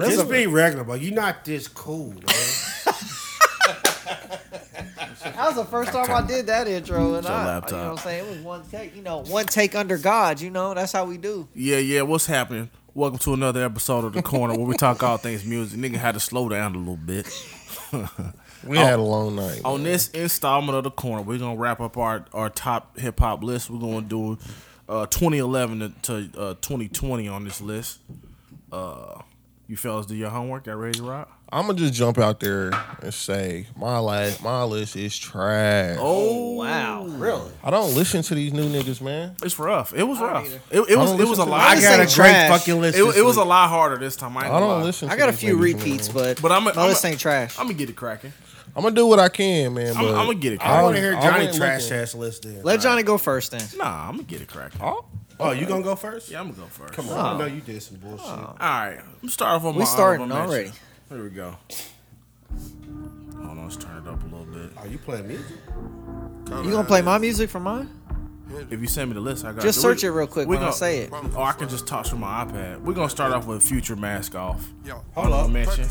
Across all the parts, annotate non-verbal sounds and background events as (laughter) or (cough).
Just be regular, but you're not this cool, man. That was the first time I did that intro, and Your I, you laptop. know, what I'm saying it was one take. You know, one take under God. You know, that's how we do. Yeah, yeah. What's happening? Welcome to another episode of the Corner where we talk all things music. Nigga had to slow down a little bit. We had a long night. On this installment of the Corner, we're gonna wrap up our our top hip hop list. We're gonna do uh, 2011 to, to uh, 2020 on this list. Uh, you fellas do your homework. Got ready to rock? I'm gonna just jump out there and say my life, my list is trash. Oh, Wow, really? I don't listen to these new niggas, man. it's rough. It was don't rough. either. It, it was it was a listen to lot. it. I got a ain't great trash. fucking it, list. this it was a week. lot harder this time. I, ain't I gonna don't lie. listen. To I got a these few niggas, repeats, man. but But I'm a- no, I'm this a- ain't trash. I'm gonna get it cracking. I'm gonna do what I can, man. I'm- but I'ma get it, I Kyle. want to hear I Johnny went trash looking. ass list then. Let Johnny go first then. Nah, I'm gonna get it cracking. Oh, Oh, you gonna go first? Yeah, I'm gonna go first. Come on. I know you did some bullshit. All right, I'm starting off on my We starting honorable already. mention. Here we go. Hold on, let's turn it up a little bit. Are Oh, you playing music? You gonna play my music for mine? If you send me the list, I got. Just search it real quick when I gonna- say it. Or Oh, I can just toss from my iPad. We're gonna start off with Future Mask Off. Yo, Oh, Hold up. Mention.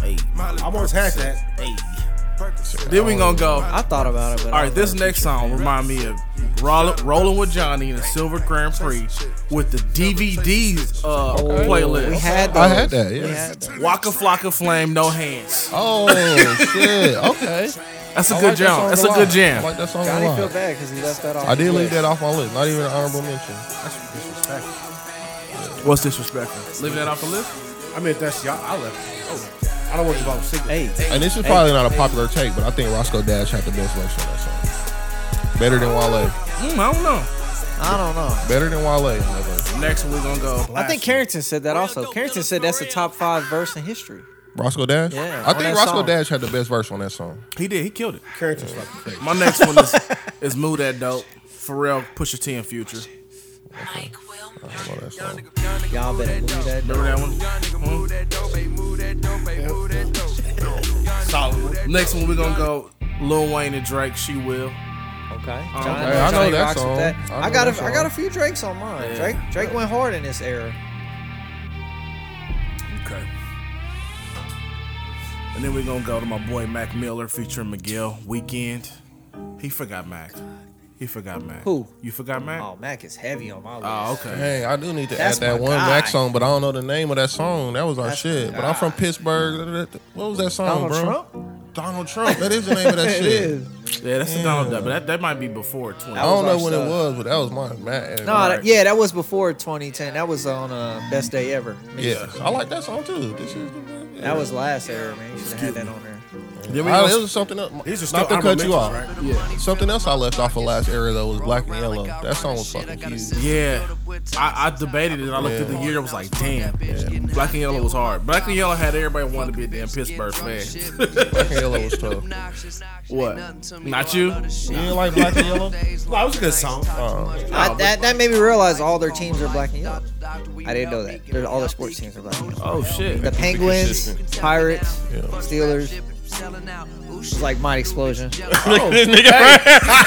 Hey, Miley I almost had that. hey. Percocet. Then we gonna go. I thought about it, but uh, All I was right, this like, next song remind me of Roll- Rolling with Johnny and the Silver Grand Prix with the DVDs uh, playlist. We had those. I had that. Yeah. We had that. Waka Flocka Flame, No Hands. Oh shit. Okay. That's a I good like that jam. song That's a a lot. good I jam. like that song Johnny a feel lot. bad because he left that off. I did the leave list. that off my list. Not even an honorable mention. That's disrespectful. What's disrespectful? Leaving that off the list? I mean, if that's y'all. I left. it. I don't want to go sick. Hey, And this is probably not a popular take, but I think Roscoe Dash had the best verse on that song. Better than Wale. Mm, I don't know. I don't know. Better than Wale. in that verse. Next one we're gonna go. I think Carrington said that also. Carrington said that's the top five verse in history. Roscoe Dash. Yeah, I on think that Roscoe song. Dash had the best verse on that song. He did. He killed it. Carrington's fucking crazy. My next one is is Move That Dope. Pharrell, Pusha T, and Future. Mike will I love that song. Y'all better move that. Remember that one? Hmm? Solid. Next one we're gonna go Lil Wayne and Drake. She will. Okay. Oh, Johnny, okay, I know Johnny that rocks with song. that. I know I, got a, that I got a song. few Drakes on mine. Drake Drake went hard in this era. Okay. And then we're gonna go to my boy Mac Miller featuring Miguel. Weekend. He forgot Mac. He forgot Mac. Who? You forgot Mac? Oh, Mac is heavy on my list. Oh, okay. Hey, I do need to That's add that my one guy. Mac song, but I don't know the name of that song. That was our That's shit. my But I'm guy. from Pittsburgh. What was that song, Donald bro? Trump? Donald Trump. That is the name (laughs) of that shit. Yeah, that's the Donald Duck, but that, that might be before 20. I don't That know was when our it was, but that was my Mac. No, that, yeah, that was before 2010. That was on uh, Best Day Ever. yeah. I like that song too. This is the yeah. That was last era, man. You should have had that on there. Then we I, it gonna- was something else. These are still Not to honorable cut you off. mentions, Yeah. Something else I left off of last era though was Black and Yellow. That song was fucking huge. yeah, I, I debated it. I looked at the year. I was like, damn, black and yellow was hard. Black and yellow had everybody wanting to be a damn Pittsburgh fan. Black and Yellow was tough. You what? Not you? didn't like Black and Yellow? That was a good song. Uh-uh. I, that, that made me realize all their teams are black and yellow. I didn't know that. There's all their sports teams are black and yellow. Oh shit. The Penguins, Pirates, Yeah. Steelers. It's like Mighty (laughs) Explosion.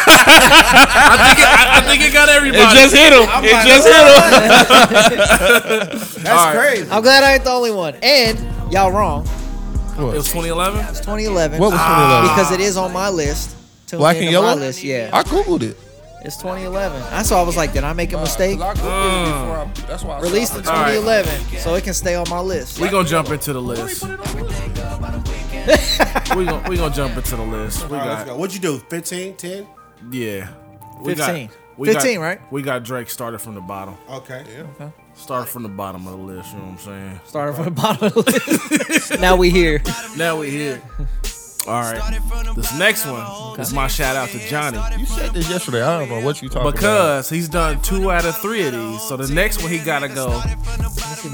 I, think it, I, I think it got everybody. hit him. It just hit him. That's All right. crazy. I'm glad I ain't the only one. And y'all wrong. It was 2011. It's 2011. What was 2011? because it is on my list. Tune Black in and to yellow? My list, yeah. I googled it. It's 2011. That's why I was like, did I make a mistake? Cause I googled it before I- that's why I Released in stopped. 2011, so it can stay on my list. We gonna jump into the list. (laughs) we gonna we gonna jump into the list. We All right, let's got go. What'd you do? 15, 10? yeah. We got- 15. we got- 15, right? We got Drake started from the bottom. Okay. Started from the bottom of the list. You know what I'm saying? Started from the bottom of the (laughs) list. now we here. Now we here. All right. This next one is my shout out to Johnny You said this yesterday. I don't know what you talking about. because he's done two out of three of these. So the next one he gotta go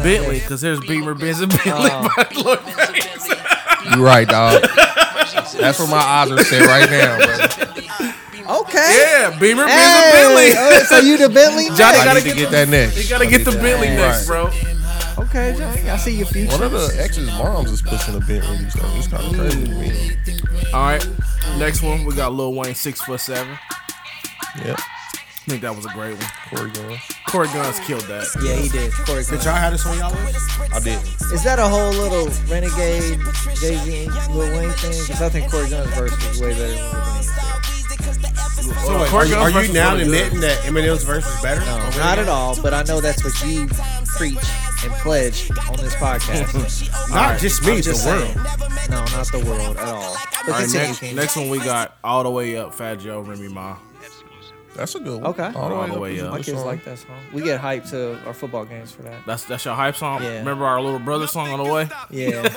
Bentley because there's Beamer Benz and Bentley. (laughs) by Lloyd Banks. (laughs) Because you right, dog. That's where my eyes are set right now. Bro. Okay. Okay. Yeah, Beamer, Beamer, Hey, Bentley. oh, so you the Bentley? Johnny I gotta need to get get that next. (laughs) You gotta I get need the to- Bentley Right. next, bro. Okay, Johnny, I see your future. One of the ex's moms is pushing a Bentley these days. It's kind of crazy to me. All right, next one we got Lil Wayne, six foot seven. Yep. I think that was a great one. Corey Guns. Corey Guns killed that. Yeah, he did. Corey Grant. Did y'all have this on y'all list? I did. Is that a whole little renegade Jay Z and Lil Wayne thing? Because I think Corey Gunn's verse was way better. Than Lil Wayne's. So wait, are Corey you, Gunn's are versus you now Corey Guns. admitting that Eminem's verse is better? Oh, No, not at all. But I know that's what you preach and pledge on this podcast. Not just me, I'm the just world. saying. No, not the world at all. But All right, continue, next, King. next one we got all the way up, Fat Joe, Remy Ma. That's a good one. Okay. All the way, up. My kids like that song. We get hyped to our football games for that. That's that's your hype song. Yeah. Remember our little brother song on the way. (laughs) Yeah.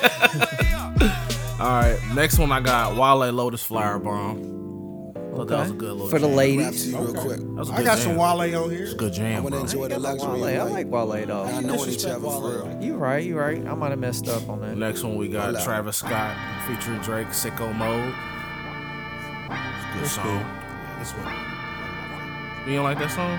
All right, next one I got Wale Lotus Flower Bomb. Thought that was a good little for the jam. ladies. real quick. That was a I good got jam. some Wale on here. Good jam, Wanna bro. enjoy the luxury. Wale. I like Wale though. knowing each other for real. You right, you right. I might have messed up on that. Next one we got Travis Scott featuring Drake, Sicko Mode. It's a good song. This one. You don't like that song?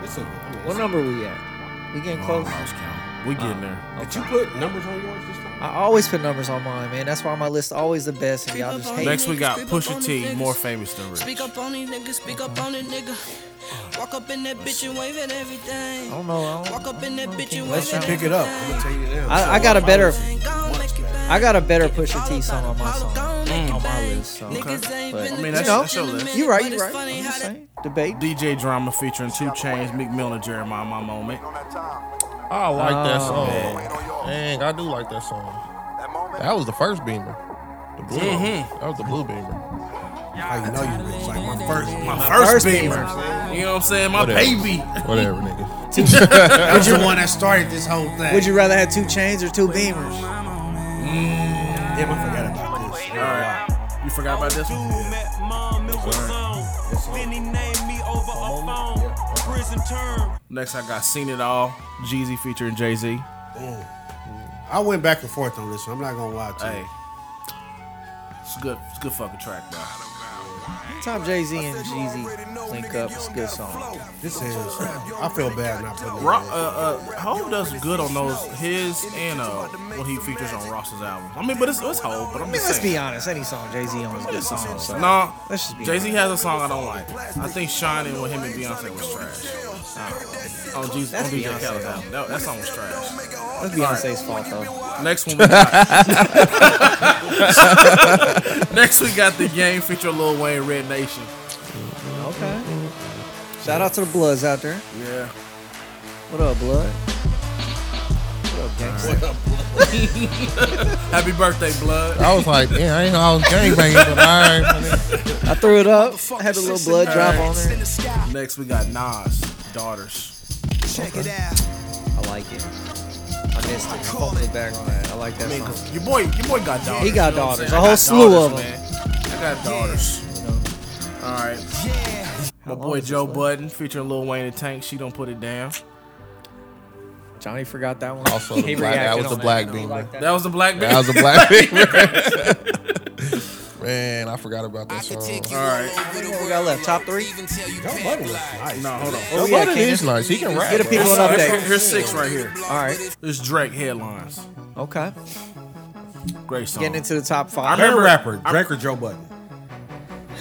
This one. What number we at? We getting Oh, I close. lost count. We getting there. Did you put numbers on yours this time? I always put numbers on mine, man. That's why my list always the best, and y'all just hate. Next Next we got Creep up Pusha on T, these more niggas. famous than Rich. Speak up on these niggas, speak up on it, nigga. Walk up in that bitch and wave at I everything. don't know. I, Walk don't, up in that bitch and Let's wave at Pick it up. I'm gonna tell you now. I, I got a better. everything. Go on, make it bang. I got a better Pusha T song on my Apollo, song. go on, make it on my bang. list, so- Niggas ain't But- been I to mean, church that's- that's in your a list. minute, You right, but you it's right. funny I'm how just that saying. Debate. DJ Drama featuring Two Chains, Meek Mill, and Jeremiah. My moment. I like that Oh, song. Dang, I do like that song. That was the first Beamer. The blue. Mm-hmm. That was the blue Beamer. I know you bitch. Like my first, my My first, first Beamer. You know what I'm saying? My Whatever. baby. Whatever, nigga. first the one that started this whole thing. Would you rather have two chains or two beamers? Damn, I forgot about this. All right. You forgot about this one? Next, I got Seen It All, Jeezy featuring Jay Z. I went back and forth on this one. I'm not gonna lie to you. Hey, it's a good, it's a good fucking track, bro. Top Jay Z and Jeezy link up. It's a good song. This is. I feel bad not putting it. Ro- Rock, uh, uh, Hov does good on those his and uh, what he features on Ross's album. I mean, but it's, it's Hov. But I'm I mean, just let's saying. be honest. Any song Jay Z owns good song. So. Nah, Let's just be Jay Z has a song I don't like. I think Shining with him and Beyonce was trash. Oh, Jesus, on That's DJ Beyonce, Khaled's album. That, that song was trash. That's Beyonce's fault though. Next one we got. (laughs) Next we got the game featuring Lil Wayne, Red Nation. Okay. Shout out to the Bloods out there. Yeah. What up, Blood? What up, gangster? Happy birthday, blood. I was like, damn, I ain't know I was gangbanging, but all right. my nigga. I threw it up. Had a little blood drop on there. Next we got Nas, Daughters. I like it. I missed it. I called me back on that. I like that song. Your boy, your boy got daughters. He got you know what daughters, I'm saying? a I whole got slew of daughters, man. I got daughters. All right. How long Boy is this Joe left? Budden featuring Lil Wayne and Tank. She don't put it down. Johnny forgot that one. Also, the black- that was the black beamer. That was the black That man. was a black Beamer. Man, I forgot about that song. All right. we got left? Top three? Joe Budden was nice. No, hold on. Oh, Yeah, yeah, it Keenan. is nice. He can rap. Get a bro. people an Here's- Here's, update. here's six right here. All right. This is Drake headlines. Okay. Great song. Getting into the top I five. Better remember- rapper, I- Drake or Joe Budden?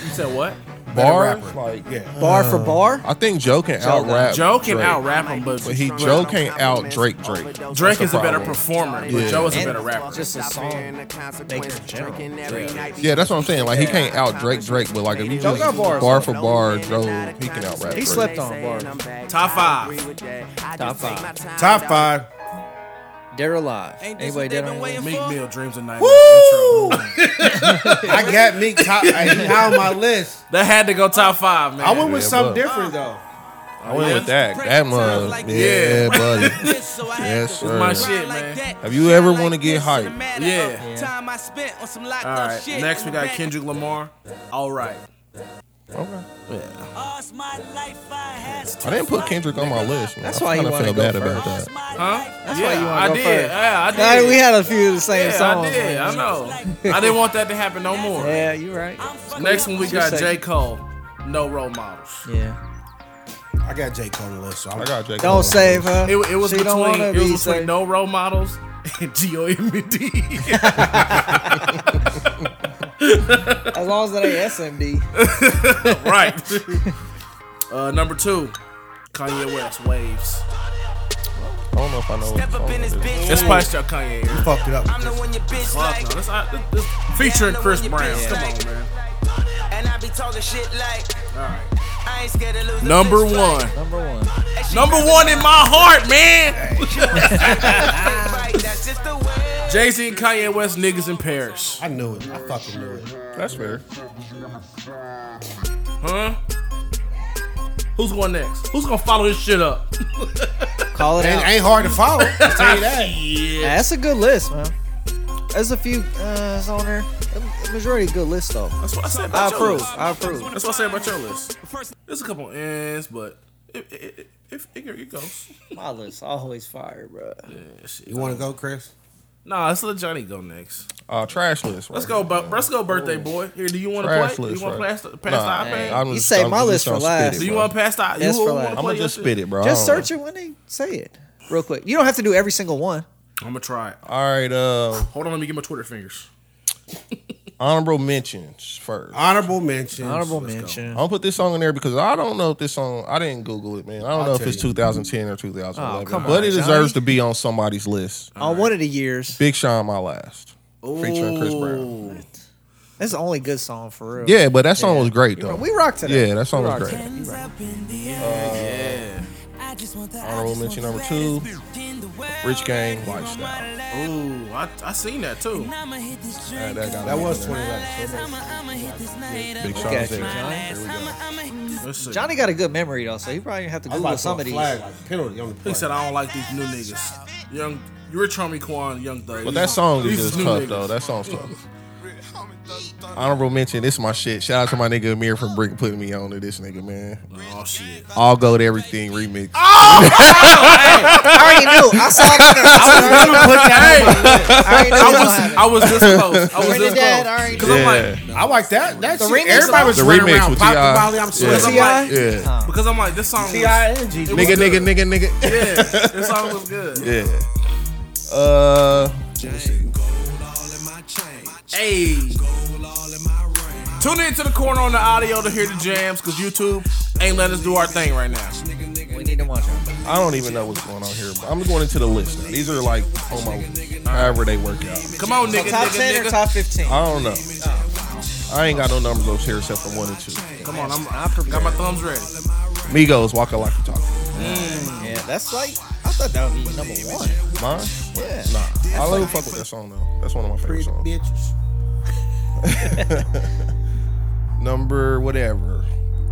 You said what? Bar, rapper. like, Yeah. bar for bar. I think Joe can out rap. Joe can Uh, Drake. out rap him, but But he Joe can't out Oh, Drake Drake. Drake the is a better problem. performer. But Yeah. Joe is a And better rapper. Just a song. Maker in general. Yeah, that's what I'm saying. Like he can't out Drake Drake, but like if you Joe just got bars. bar for bar, Joe he can out rap. He slept on bars. Top five. Top five. Top five. Dead or alive. Anybody dead or alive? Meek Mill dreams of night. Woo! I got Meek top. I- he on my list. That had to go top five, man. I went with Yeah, something but- different though. I went with that. That mug. Yeah. Yeah, (laughs) buddy. It's Yes, my sir. shit, man. Have you ever wanna get hype? Yeah. Time I spent on some locked All up Oh, right. shit. Next we got Kendrick Lamar. All right. Okay. Yeah. All's my life I had I didn't put Kendrick on my list. Man. That's I why you kinda wanna feel go bad first. about that. Huh? That's yeah, why you wanna I go did. first. Yeah, I did. Nah, we had a few of the same yeah, songs. I did. man. I know. I didn't want that to happen no more. Yeah, you're right. Next one we She got said- J. Cole. no role models. Yeah. I got J. Cole on the list, so I'm, I got Jake. Don't save her. It, it was she don't between wanna it was be between saved. no role models and (laughs) G-O-M-D. As long as it ain't SMD. (laughs) (laughs) right. uh, number two, Kanye West waves. I don't know if I know. What Step up song in it this is. bitch. That's Spice Girl Kanye. era. fucked it up. I'm the one your bitch Fuck like. no, that's not, that- this- featuring Chris Brown. Yeah. Come on, man. And I be talking shit like. Alright. I ain't scared to lose a Number fist fight. one, Number one. And she number never one in my heart, man. fight, That's just the way. Jay Z and Kanye West niggas in Paris, I knew it. I fucking knew it. That's fair. huh? Who's going next? Who's gonna follow his shit up? Call it Ain't, out. ain't hard to follow. I'll tell you that. Yeah, that's a good list, man. There's a few uh, it's on there. A majority good list though. That's what I said. I About your approve. list. I approve. That's what I said about your list. There's a couple ends, but it it, it, it, it, it goes. My list always fire, bro. Yeah, shit. You want to go, Chris? Nah, let's let Johnny go next. Uh, trash list. Let's right go, here. bu- let's go, birthday boy. Here, do you want to Trash play? do list. you want right to here. pass, pass Nah, the iPad? I'm You just- saved I'm my just list gonna for spit it, last. do you bro. want to pass the? That's you for want laugh. to I'm play gonna your just shit? spit it, bro. Oh. Just search it when they say it, real quick. You don't have to do every single one. I'm gonna try it. All right. Uh, Hold on, let me get my Twitter fingers. honorable mentions first. Honorable mention. Honorable Let's go. mention. I'm gonna put this song in there because I don't know if this song. I didn't Google it, man. I don't know if tell it's you. 2010 or 2011, Oh, come but on, it Johnny. deserves to be on somebody's list. On one of the years. Big Sean, my last, featuring Chris Brown. Ooh. That's the only good song for real. Yeah, but that song was great though. We rocked today. Yeah, that song We was rocked great. today. We rocked. Yeah. I just want the Uh, Honorable mention number two, Rich Gang Lifestyle. Ooh, I, I seen that too. I'ma hit this All right, that, drink. got That it. was 2011. so I'ma, I'ma hit this night. Big up. Sean's Okay, there. Johnny. Here we go. I'ma hit this Let's see. Johnny got a good memory though, so he probably didn't have to I Google lost some my of these. flag like penalty on the play. He said I don't like these new niggas. Young, you're Charmy Quan, Young Thug. But that song is These just new tough niggas. though. That song's tough. Honorable mention, this is my shit. Shout out to my nigga Amir for bring, putting me on to this nigga, man. Oh (laughs) shit. All go to everything remix. I already knew. I saw it. on there. I already knew. I it was I was this close. I was Bring it this down, close. I already Because yeah. I'm like, I like that. That's remix everybody was The running remix around. with Pop the T.I. volley, I'm Yeah. sweating. I'm T.I.? like- yeah. because I'm like, this song. Was, yeah, T.I. and G. Nigga, was nigga, good. nigga, nigga. this song was good. Yeah. Uh, Hey. Tune in to the corner on the audio to hear the jams, cause YouTube ain't letting us do our thing right now. was. We need to watch it. I don't even know what's going on here. But I'm going into the list now. These are like on my however they work out. Come on, nigga, Top nigga, ten or nigga. top fifteen? I don't know. I ain't got no numbers over here except for one and two. Come on, I'm, I got my thumbs ready. Migos, Waka Like you talk. Mm, Yeah, that's like I thought that would be number one. Mine? Yeah. Nah. I love fuck with that song though. That's one of my favorite songs. bitches. (laughs) Number whatever.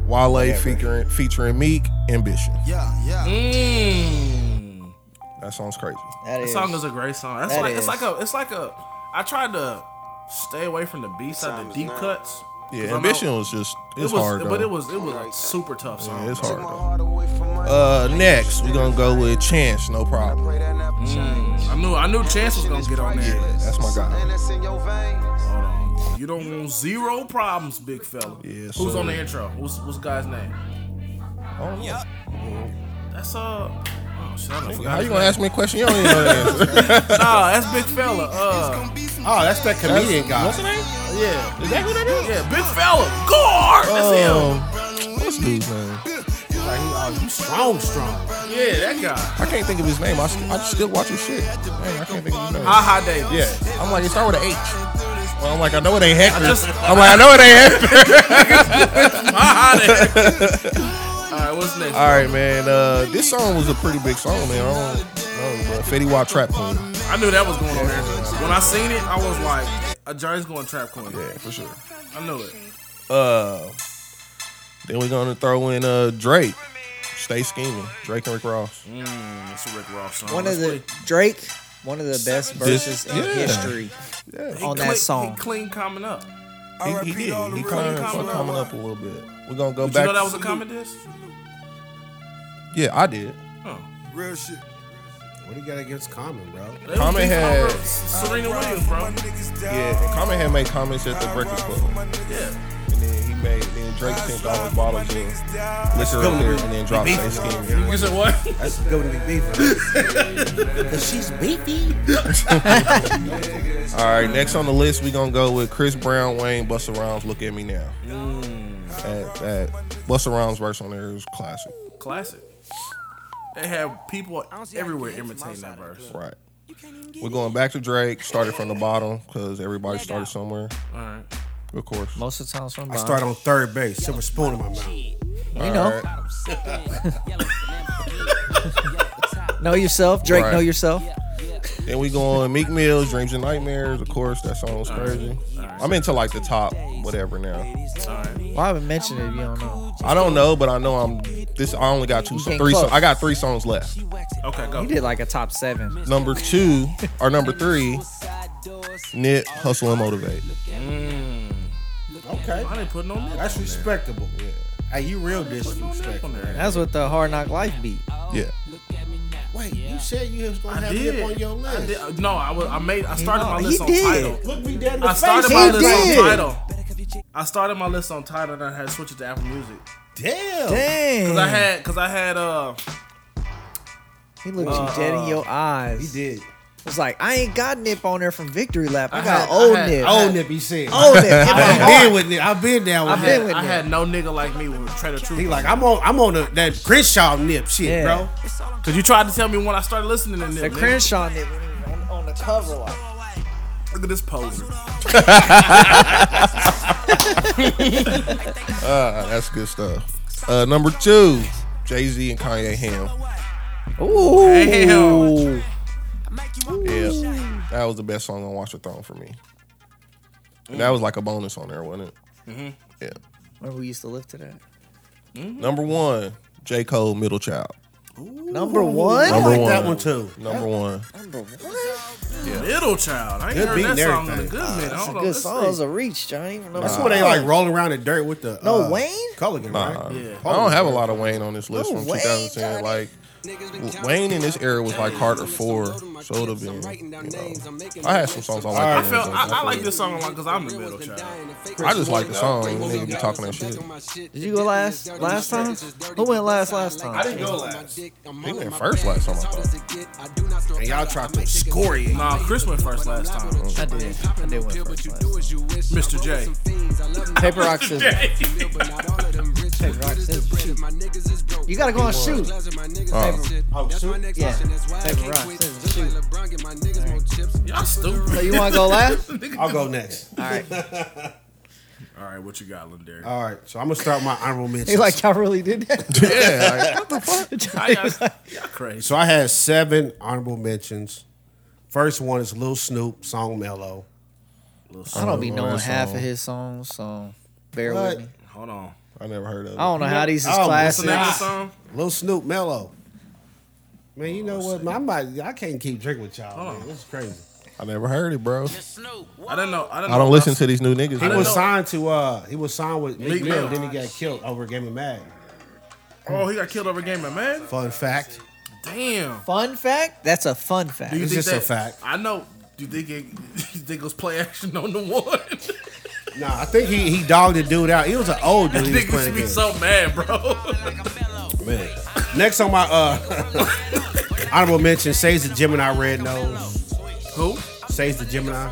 Wale featuring featuring Meek, Ambition. Hmm. Mmm. That song's crazy. That That is. song is a great song. That's That like it's is. like a it's like a. I tried to stay away from the B side, the deep cuts. 'cause Yeah, I'm Ambition out- was just It it's was, hard though. but it was it was a super tough song. Yeah, it's bro. (laughs) hard though. Uh, next we're gonna go with Chance. No problem. Mm. I knew I knew Chance was gonna get on there. That's my guy. Hold on. You don't want zero problems, big fella. Yeah, Who's sir. on the intro? What's what's guy's name? I don't know. That's uh. Oh, shit, I done forgot How you his gonna name. ask me a question? You don't even know the answer. Nah, that's Big Fella. Uh, Oh, that's that (laughs) comedian guy. What's his name? yeah. Is that who that is? Yeah, Big Fella. Gore. That's him. Um, what's dude's name? Like, he, oh, uh, you strong, strong. Yeah, that guy. I can't think of his name. I, st- I still watch his shit. Man, I can't think of his name. Aha Davis. yeah, I'm like, it start with an H. Well, I'm like, I know it ain't Hector. just- I'm like, I know it ain't Hector. Aha Davis. (laughs) All right, what's next? All right, man. Uh, this song was a pretty big song, man. I don't know, but Fetty Wap Trap Queen. I knew that was going on there. When I seen it, I was like, a Johnny's going trap coin. Yeah, for sure. I knew it. Uh, then we're gonna throw in uh Drake. Stay scheming, Drake and Rick Ross. That's a Rick Ross song. one Let's of the play- Drake, one of the best verses in yeah. history Yeah, on He that clean- song. He clean coming up. Did he, he did. He kind of coming up a little bit. We're gonna go you back. know that was a comment disc? yeah, I did. What do you got against Common, bro? Common had- Serena Williams, bro. Yeah, and Common had made comments at the Breakfast Club. Yeah. And then he made, then Drake sent all the bottles of liquor up there, and then dropped They Skin. You said what? That's going to be beef. Cause she's beefy. All right, next on the list, we gonna go with Chris Brown, Wayne, Busta Rhymes. Look at me now. Mm. That, that Busta Rhymes verse on there is classic, Classic. They have people everywhere imitating that verse. right? We're going back to Drake. Started from the bottom because everybody started somewhere, All right. of course. Most of the time, somebody. I started on third base, silver spoon in my mouth. You know, All right. know yourself. Drake, Right. know yourself. Then we going Meek Mill's Dreams and Nightmares. Of course, that song was crazy. I'm into like the top whatever now. Well, I haven't mentioned it. if You don't know. I don't know, but I know I'm this. I only got two, so came three. So close. I got three songs left. Okay, You go. did like a top seven. Number two or number three, knit, hustle, and motivate. Okay, I didn't put no nigga that's on there. respectable. Hey, you real disrespectful. On there. That's what the Hard Knock Life beat. Yeah, Wait, you said you was gonna I have did. him on your I list. did. No, I was. I made. I started my He list on did. title. Look me dead in the I started face. my He list did. on title. I started my list on title and I had to switch it to Apple Music. Damn. Dang. Cause I had, cause I had, uh, he looked you dead in your eyes. He did. It's like I ain't got Nip on there from Victory Lap. I, I got had- I old had Nip. Old Nip, he said. Old (laughs) Nip. in my I've heart. been with Nip. I've been down with Oh, I I've Nip. been had, with I it. had no nigga like me with Trader Truth. He like I'm on I'm on the, that Crenshaw Nip shit, Yeah. bro. Cause you tried to tell me when I started listening to this. The nigga. Crenshaw Nip when he was on, on the cover. Like, Look at this poser. uh, that's good stuff. Uh, number two, Jay Z and Kanye Ham. Ooh. Damn. Yeah, that was the best song on Watch the Throne for me. And that was like a bonus on there, wasn't it? Yeah. Remember we used to live to that. Number one, J. Cole, Middle Child. Number one. I Number like one. that one too. Number one. Middle child. I ain't Good heard beat and that song in a everything. good minute. That's a Hold on, good let's song. It was a reach, Johnny. Number That's one. when they like roll around in dirt with the No uh, Wayne? Culligan, Nah, right? I don't have a lot of Wayne on this list No from Wayne, 2010. Like w- Wayne in this era was like Carter Four, so would have been. You know, I had some songs I I like. felt I, I like this song a lot because I'm the middle child. I just like the song. Nigga be talking that shit. Did you go last last time? Who went last last time? didn't go last. He went first last time I thought. And y'all tried to score it. Nah, Chris went first last time. I did. I did win first last time. Mr. J. Paper rock scissors. Paper rock scissors. You gotta go on shoot. Oh, Yeah. Paper rock scissors. Shoot. (laughs) Y'all stupid. So you wanna go (laughs) last? (laughs) I'll go next. All right. All right, what you got, Lindari? All right, so I'm gonna start my honorable mentions. (laughs) He like y'all really did (laughs) that. yeah. like, (laughs) Y'all, (laughs) y'all crazy. So I had seven honorable mentions. First one is Lil Snoop, song Mellow. I don't be Oh, knowing that half song. of his songs, so bear What? with me. Hold on. I never heard of it. I don't know how these is Oh, What's the classic. name of the Ah. song? Lil Snoop Mellow. Man, you Oh, know what? man, I might I can't keep drinking with y'all. Man. This is crazy. I never heard it, bro. I don't know. I don't know. I don't listen to these new niggas. He man. was signed to uh he was signed with Meek Meek Mill, Mill. then he got killed over a Game of Mag. Oh, he got killed over Game of Man. Fun fact. Damn. Fun fact? That's a fun fact. Do you It's think just a that- fact. I know. Do you think it, (laughs) you think it was play action on the one? (laughs) Nah, I think he he dogged the dude out. He was an old dude he was Niggas playing be against. so mad, bro. Man. Next on my uh (laughs) honorable mention, says the Gemini Red Nose. (laughs) Who? Says the Gemini.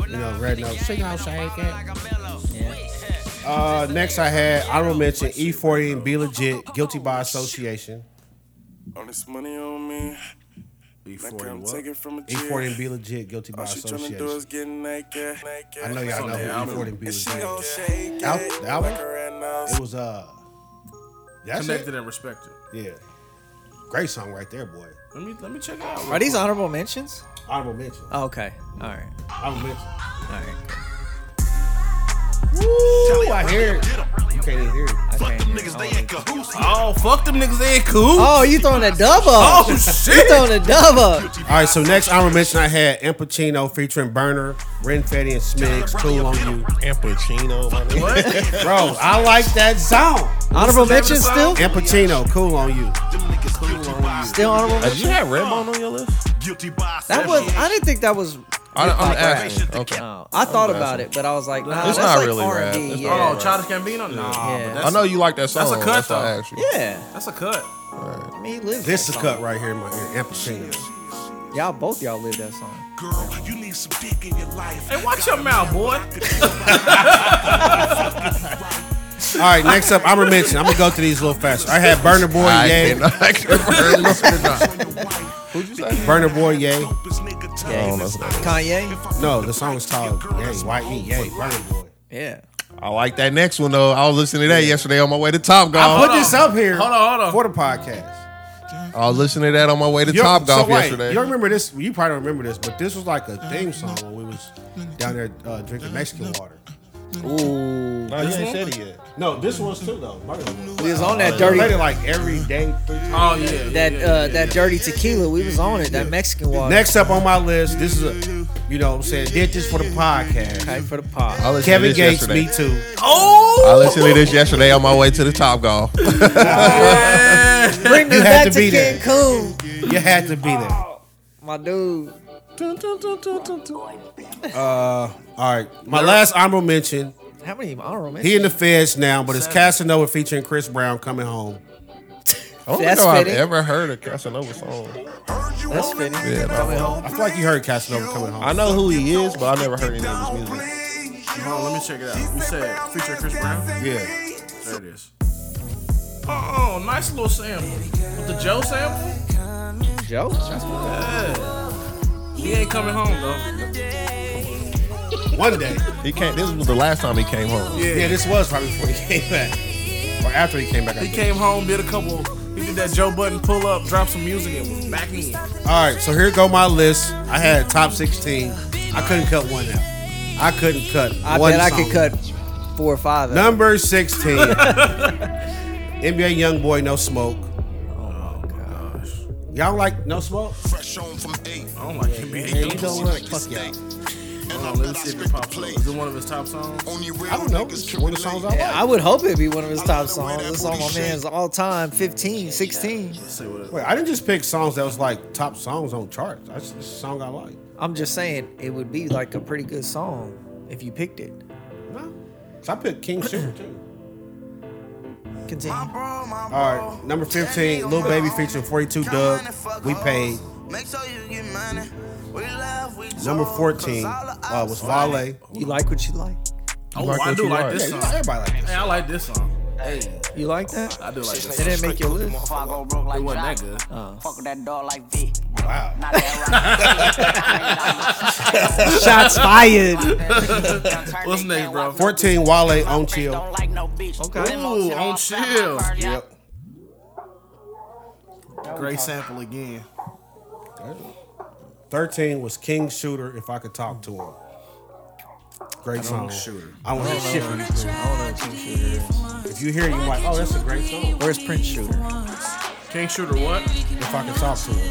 You know, Red Nose. Shake it out, shake it. Uh, next I had honorable mention E40 and Be Legit, Guilty by Association. All this money on me, like E40 I'm what? taking from a E40 and chick. Be Legit, Guilty by All she tryna do is Association. get naked. naked. I know y'all know the who album. E40 and Be And she Legit. gon' is. shake Al- it the album? like a red nose. It was uh, that's it. Connected and respected. Yeah, great song right there, boy. Let me let me check it out. Are these honorable mentions? Honorable mention. Oh, okay. All right. Honorable mention. All right. Woo! I hear it. You can't even hear it. I can't hear. I don't need- Oh, fuck them niggas ain't cool. Oh, you throwing a dub up. Oh, (laughs) You shit. throwing a dub up. All right, so next honorable mention I had Impacino featuring Burner, Renfetti, and Smigs. Cool on you, And Pacino, my nigga. What? bro. I like that song. Honorable the name of the mentions still? song? Impacino, cool on you. Still honorable Did you mentions? have Redbone on your list? That was I didn't think that was I, I'm Hip-hop rap. asking. Okay. Oh, I thought about it, but I was like, nah, It's that's not like really rap. R&B. It's Yeah. not oh, Childish Gambino? Yeah. Nah, but I that's, know you like that song. that's a cut, why I though. asked you. yeah. that's a cut. I mean, he lives This is that song. cut right here in my ear. Ample singers. Y'all both y'all live that song. Girl, you need some dick in your life. Hey, watch your mouth, boy. All right, next up, I'm gonna mention. I'm gonna go to these a little faster. I had Burner Boy, I yay. cannot- I cannot- Who'd you say? Burner Boy, yay. I don't know who that is. Kanye? No, the song is called Yay. Y E. Yay. Burner Boy. Yeah. I like that next one though. I was listening to that yesterday on my way to Top Put Golf. on. this up here. Hold on, hold on. For the podcast. I was listening to that on my way to You- Top Golf so wait, yesterday. You don't remember this? You probably don't remember this, but this was like a theme song when we was down there uh, drinking Mexican water. Ooh. No, you ain't said it yet. No, this one's too though. Burner Boy. We was on that Dirty. dirty Played it like every day. three times. Oh yeah, that uh that dirty tequila. We was on it. That Mexican water. Next up on my list, this is a, you know, what I'm saying, did this for the podcast. Hype for the pod. I listened Kevin to this Gates, yesterday. me too. I listened to this yesterday on my way to the Top Golf. (laughs) Bring me You had back to to, be there. Cancun, You had to be there. my dude. All right, my last honorable mention. How many honorable mentions? He in the feds now, but it's Casanova featuring Chris Brown coming home. I don't That's know I've fitting. ever heard a Casanova song. That's fitting. Yeah, no. Coming home. I feel like you heard Casanova coming home. I know who he is, but I never heard any of his music. Hold on, let me check it out. You said featuring Chris Brown. Yeah, There it is. Oh, nice little sample. With the Joe sample? Joe. That's what- Yeah. He ain't coming home though. one day. He came. This was the last time he came home. Yeah, this was probably before he came back, or after he came back. I He think. came home, did a couple. He did that Joe Button pull up, dropped some music, and was back in. Oh, All right, so here go my list. I had top 16. I couldn't cut one out. I couldn't cut. I one bet I song. could cut four or five. out. Number 16. NBA Young Boy, No Smoke. Y'all like No Smoke? Fresh home from eight. I don't like him. man. Yeah, you know what? Fuck y'all. Hold on, let me see if it pops up. Is it one of his top songs? I don't know. It's One of the songs I like. Yeah, I would hope it'd be one of his top songs. It's on my man's all time 15, 16. Let's see what it Wait, I didn't just pick songs that was like top songs on charts. That's the song I like. I'm just saying it would be like a pretty good song if you picked it. No. 'Cause I picked King Sugar too. Continue. All right, number 15, Lil Baby featuring 42 Doug. We paid. Number 14 uh, was Vale. You like what you like? Oh, like I what do you like Yeah, like. this you song. know, everybody like this. Hey, I like this song. You like that? I do like this. It didn't make your list. I go broke It like wasn't that Jock. good. Fuck with that dog like V. Wow. Not that Shots fired. right. What's next, bro? 14, Wale on Chill. Don't like no bitch. Okay. Ooh, on chill. Yep. Great sample again. 13 was King Shooter, If I Could Talk to Him. Great song. Shooter. I don't hear shit from this man. If you hear it, you're like, oh, that's a great song. Where's Prince Shooter? King Shooter, what? If I Could Talk to Him.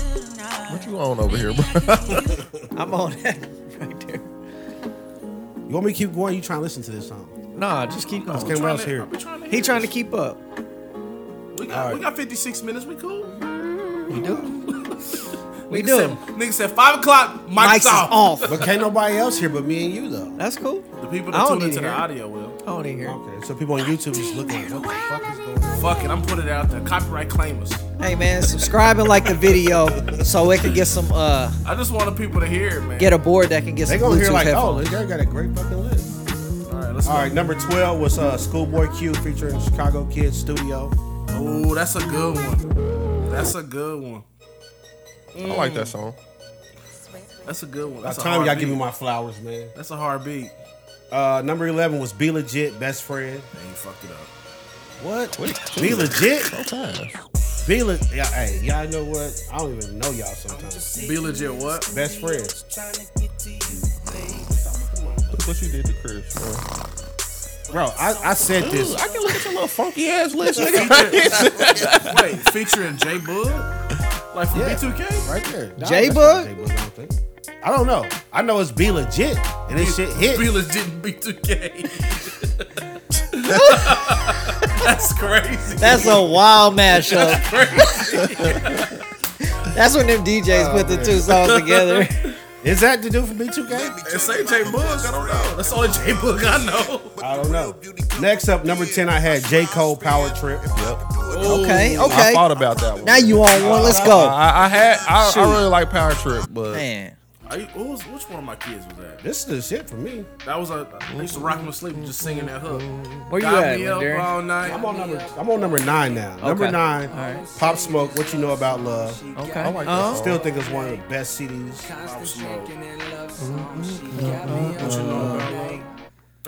What you on over here, bro? (laughs) I'm on that right there. You want me to keep going? You trying to listen to this song? (laughs) Nah, just keep going. Can what else here? I'll be trying to He hear trying to keep up. it. We got, we got 56 minutes. We cool. We do. We Nigga do. Said, nigga said five o'clock. Mike's, Mike's is off. off. But can't nobody else hear but me and you, though. That's cool. The people I don't that tune need into to the hear it. audio will. I don't even hear. it. Okay, so people on YouTube just looking like, what the fuck is going on? Fuck it, I'm putting it out there. Copyright claimers. Hey man, subscribe and like the video so it can get some uh I just wanted people to hear it, man. get a board that can get They some gonna Bluetooth hear like, oh, headphones. this guy got a great fucking list. All right, let's All right, number 12 was uh, Schoolboy Q featuring Chicago Kids Studio. go. Ooh, that's a good one. That's a good one. I like that song. That's a good one. By That's the a time hard y'all beat. give me my flowers, man. That's a hard beat. Uh, number 11 was Be Legit, Best Friend. Man, you fucked it up. What? Be Legit? Sometimes. Be legit. Hey, y'all know what? I don't even know y'all sometimes. Be legit. What? Best friends. Look what you did to Chris, bro. Bro, I, I said this. I can look at your little funky ass (laughs) list, Wait, featuring J Bug, like from Yeah. B2K. Right there. Nah, J that's Bug? not J Bug, I don't think. I don't know. I know it's Be Legit. And this shit hit. Be legit in B2K. that's oh, crazy. That's a wild mashup. (laughs) Oh, (laughs) That's when them DJs put the two songs together. Is that the dude from B2K? It's say J Bug. I don't know. That's all J Bug I know. I don't know. Next up, number 10, I had J. Cole Power Trip. Okay, I okay. thought about that one. Now you on one. Let's go. I, I had. I, I really like Power Trip, but Man. I, who was, which one of my kids was that? This is the shit for me. That was a. I used to rock him to sleep just singing that hook. Where you Got at, me up Darren? all night. I'm on number I'm on number nine now. Number Okay. nine, All right. Pop Smoke, What You Know About Love. Okay. I Uh-huh. still think it's one of the best CDs.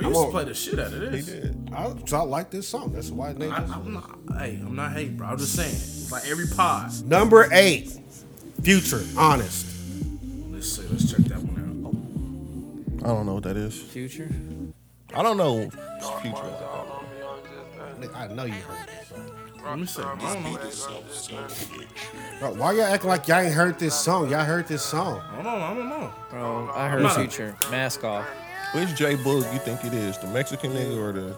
You used to play the shit out of this. I, so I like this song. That's why I named I, it. I'm not. Hey, I'm not hating, bro. I'm just saying. It's like every pod. Number eight, Future, Honest. Let's see. Let's check that one out. I don't know what that is. Future. I don't know future. I know you heard this. song. Let me see. I don't know. Bro, why y'all acting like y'all ain't heard this song? Y'all heard this song. I don't know. I don't know. Bro, I heard Nah. Future. Mask off. Which J Bug you think it is? The Mexican nigga (laughs) or the?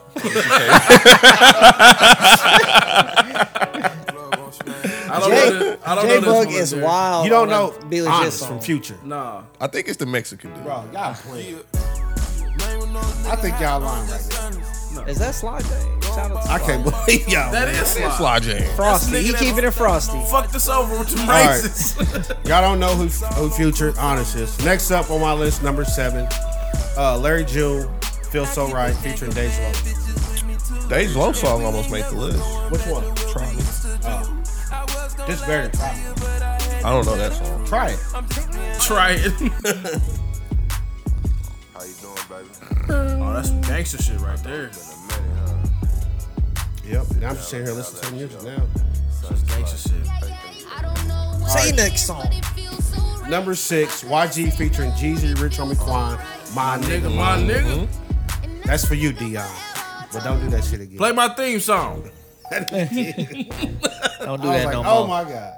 I don't know. J this- I J don't know this Bug one is there. wild. You don't on know Oh, that Billie Jean Honest song. from Future. Nah. I think it's the Mexican dude. Bro, y'all playing. I think y'all lying right now. Is that Sly J? Shout out to I can't believe (laughs) y'all. That is It's Sly. Sly Jane. Frosty. nigga He that- keeping it frosty. Fuck this over with some right. racists. (laughs) Y'all don't know who, who Future Honest is. Next up on my list, number seven, uh, Larry June, Feel So Right, featuring Days Love. Dej Low song almost made the list. Which one? Oh. Try me. This better. than Try It. I don't know that song. Try it. Try (laughs) it. How you doing, baby? Oh, that's some gangster shit right there. Yep. And I'm just sitting here listening to the music now. That's gangster shit. Say next song. Number six, YG featuring Jeezy, Rich Homie Quan, My Nigga, Nigga. my nigga. That's for you, Dion. But don't do that shit again. Play my theme song. Don't do I was that like, no oh more. my god.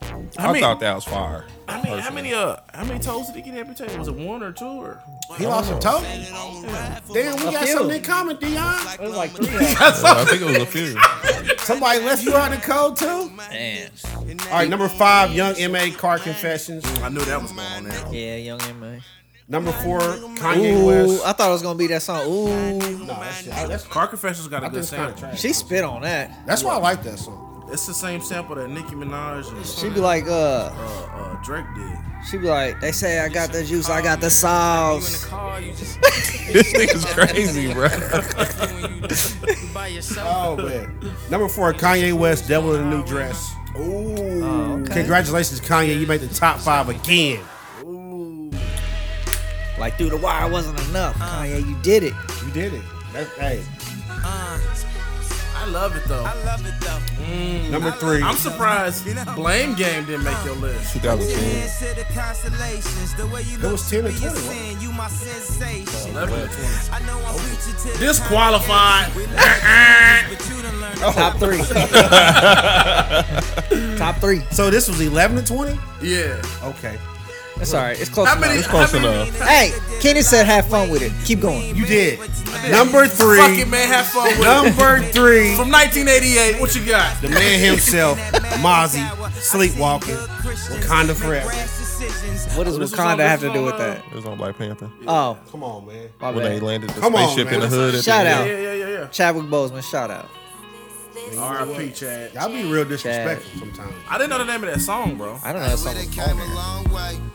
I, I mean, thought that was fire. I mean, how many uh, how many toes did he get every time? Was it one or two or? He lost a toe. Damn, we got few. something in common, Dion. It was like three. I think it was a few. Somebody left you out in the cold too. Man. All right, number five, Young Ma, Car Confessions. I knew that was going on there. Yeah, Young M.A. Number four, Kanye Ooh, West. I thought it was gonna be that song. Ooh, No, that's, that's, Car Confessions got a good sample. trash. she spit on that. That's why I like that song. It's the same sample that Nicki Minaj and She be like, uh, uh, uh, Drake did. she be like, they say I got the juice, I got the sauce. (laughs) this nigga's crazy, bro. (laughs) Oh man. Number four, Kanye West, Devil in a New Dress. Oh, Ooh. Congratulations, Kanye. You made the top five again. Like through the wire wasn't enough. Kanye, you did it. You did it. That- hey. I love it though. Number three. I'm surprised Blame Game didn't make your (laughs) list. 2010. It was 10 and 21. Eleven to twenty. Disqualified. (laughs) Oh. Top three. (laughs) Top three. So this was 11 to 20? Yeah. Okay. It's all right. It's close How enough. many? Close how many (laughs) enough. Hey, Kenny said have fun with it. Keep going. You did. Number three. Fucking man, have fun with (laughs) it. Number three. From 1988, what you (laughs) got? The man himself, Mozzie, sleepwalking, Wakanda forever. What does This was Wakanda on- this have to was do on, with uh, that? It was on Black Panther. Oh, Come on, man. my When they bad. landed the Come on, spaceship in the man. hood. at the Shout end. out. Yeah, yeah, yeah, Chadwick Boseman, shout out. yeah. R.I.P. Chad. Y'all be real disrespectful sometimes. I didn't know the name of that song, bro. I don't know that song was on there.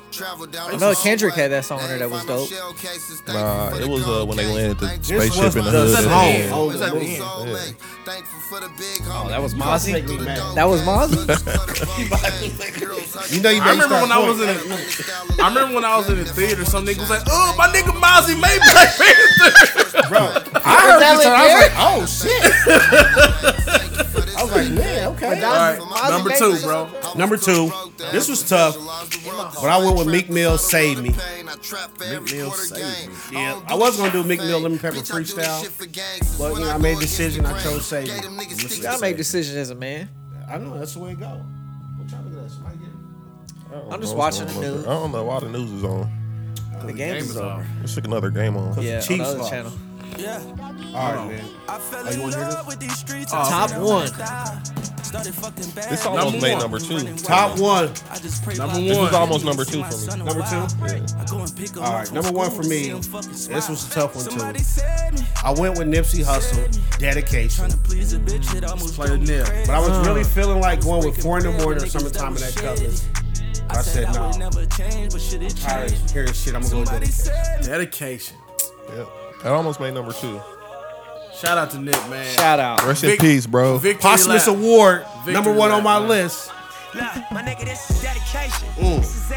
I know Kendrick had that song on there that was dope. Nah, it was uh, when they landed the This spaceship was in the the hood. at the song. end. Oh, It's like, man. Yeah. Oh, that was Make me Mozzie. mad. That was Mozzie. (laughs) You know you I remember start when I was in pointing. the, I remember when I was in the theater, some nigga was like, "Oh, my nigga Mozzie made (laughs) Black Panther." I heard that this and I was Lil like, oh shit. (laughs) I was like, man, okay. All right, number two, bro. Number two, this was tough, but I went with Meek Mill, Save Me. Meek Mill saved me. Yeah, I was gonna do Meek Mill Lemon Pepper freestyle, but you know, I made a decision. I chose Save Me. And this is- Y'all make decisions as a man. I know that's the way it go. What y'all look at that? Somebody get it. I don't I'm know just what's watching going the on up news. there. I don't know why the news is on. The game is over. Let's check another game on. Yeah, on the Chiefs other lost. channel. All right, man. I fell Oh, you in wanna hear Oh, love with these streets. Top one. Started fucking bad. This almost Number made one. number two. Top one. I just pray Number by- This was one. almost number two for me. Number two? I go and pick 'em All up right, from number one school, for me. see 'em fucking This smile. was a tough one Somebody too. said me, I went with Nipsey Hussle, dedication. tryna please a bitch that almost Play the nip. But I was really feeling like going with four in the morning or summertime in that covers. I said I would no. never change, but shit it Tired changed. of hearing shit. I'm gonna go with dedication. Dedication. Yep. That almost made number two. Shout out to Nip, man. Shout out. Rest in Vic- peace, bro. Victory Posthumous lap. award, Victory number one on my lap, man. list. Nah, my nigga, this is dedication. Mm. This is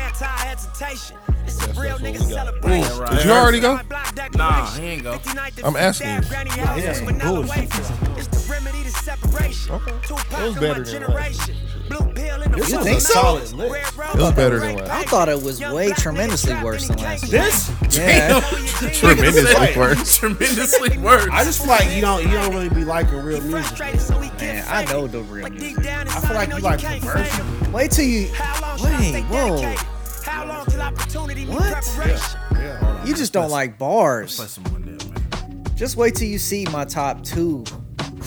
anti-hesitation. This is real what we nigga got. celebration. Yeah, right. Did you already go? My block Nah, declaration. he ain't go. 59th I'm and asking 59th you. granny he houses got some with vanilla bullshit. wafers. It's the remedy to separation. Okay. It Tupac was of better my than generation. Blue pill in the This front was a of solid the list. red It was rose, better than red last. I paper. thought it was Young way black niggas tremendously trapped worse in than last cages. year. This? (laughs) Yeah. Throw your jeans Tremendously Wait. worse. Tremendously worse. I just feel like you don't you don't really be liking real He music. frustrated, so he Man, gets I faded. know the real But music. deep down I inside, feel like know you like can't reverse fade him. Wait till you. How long should I Wait, stay whoa. dedicated? How long till opportunity meet What? preparation? You just don't like Play bars. some more Nip, man. Just wait till you see my top two.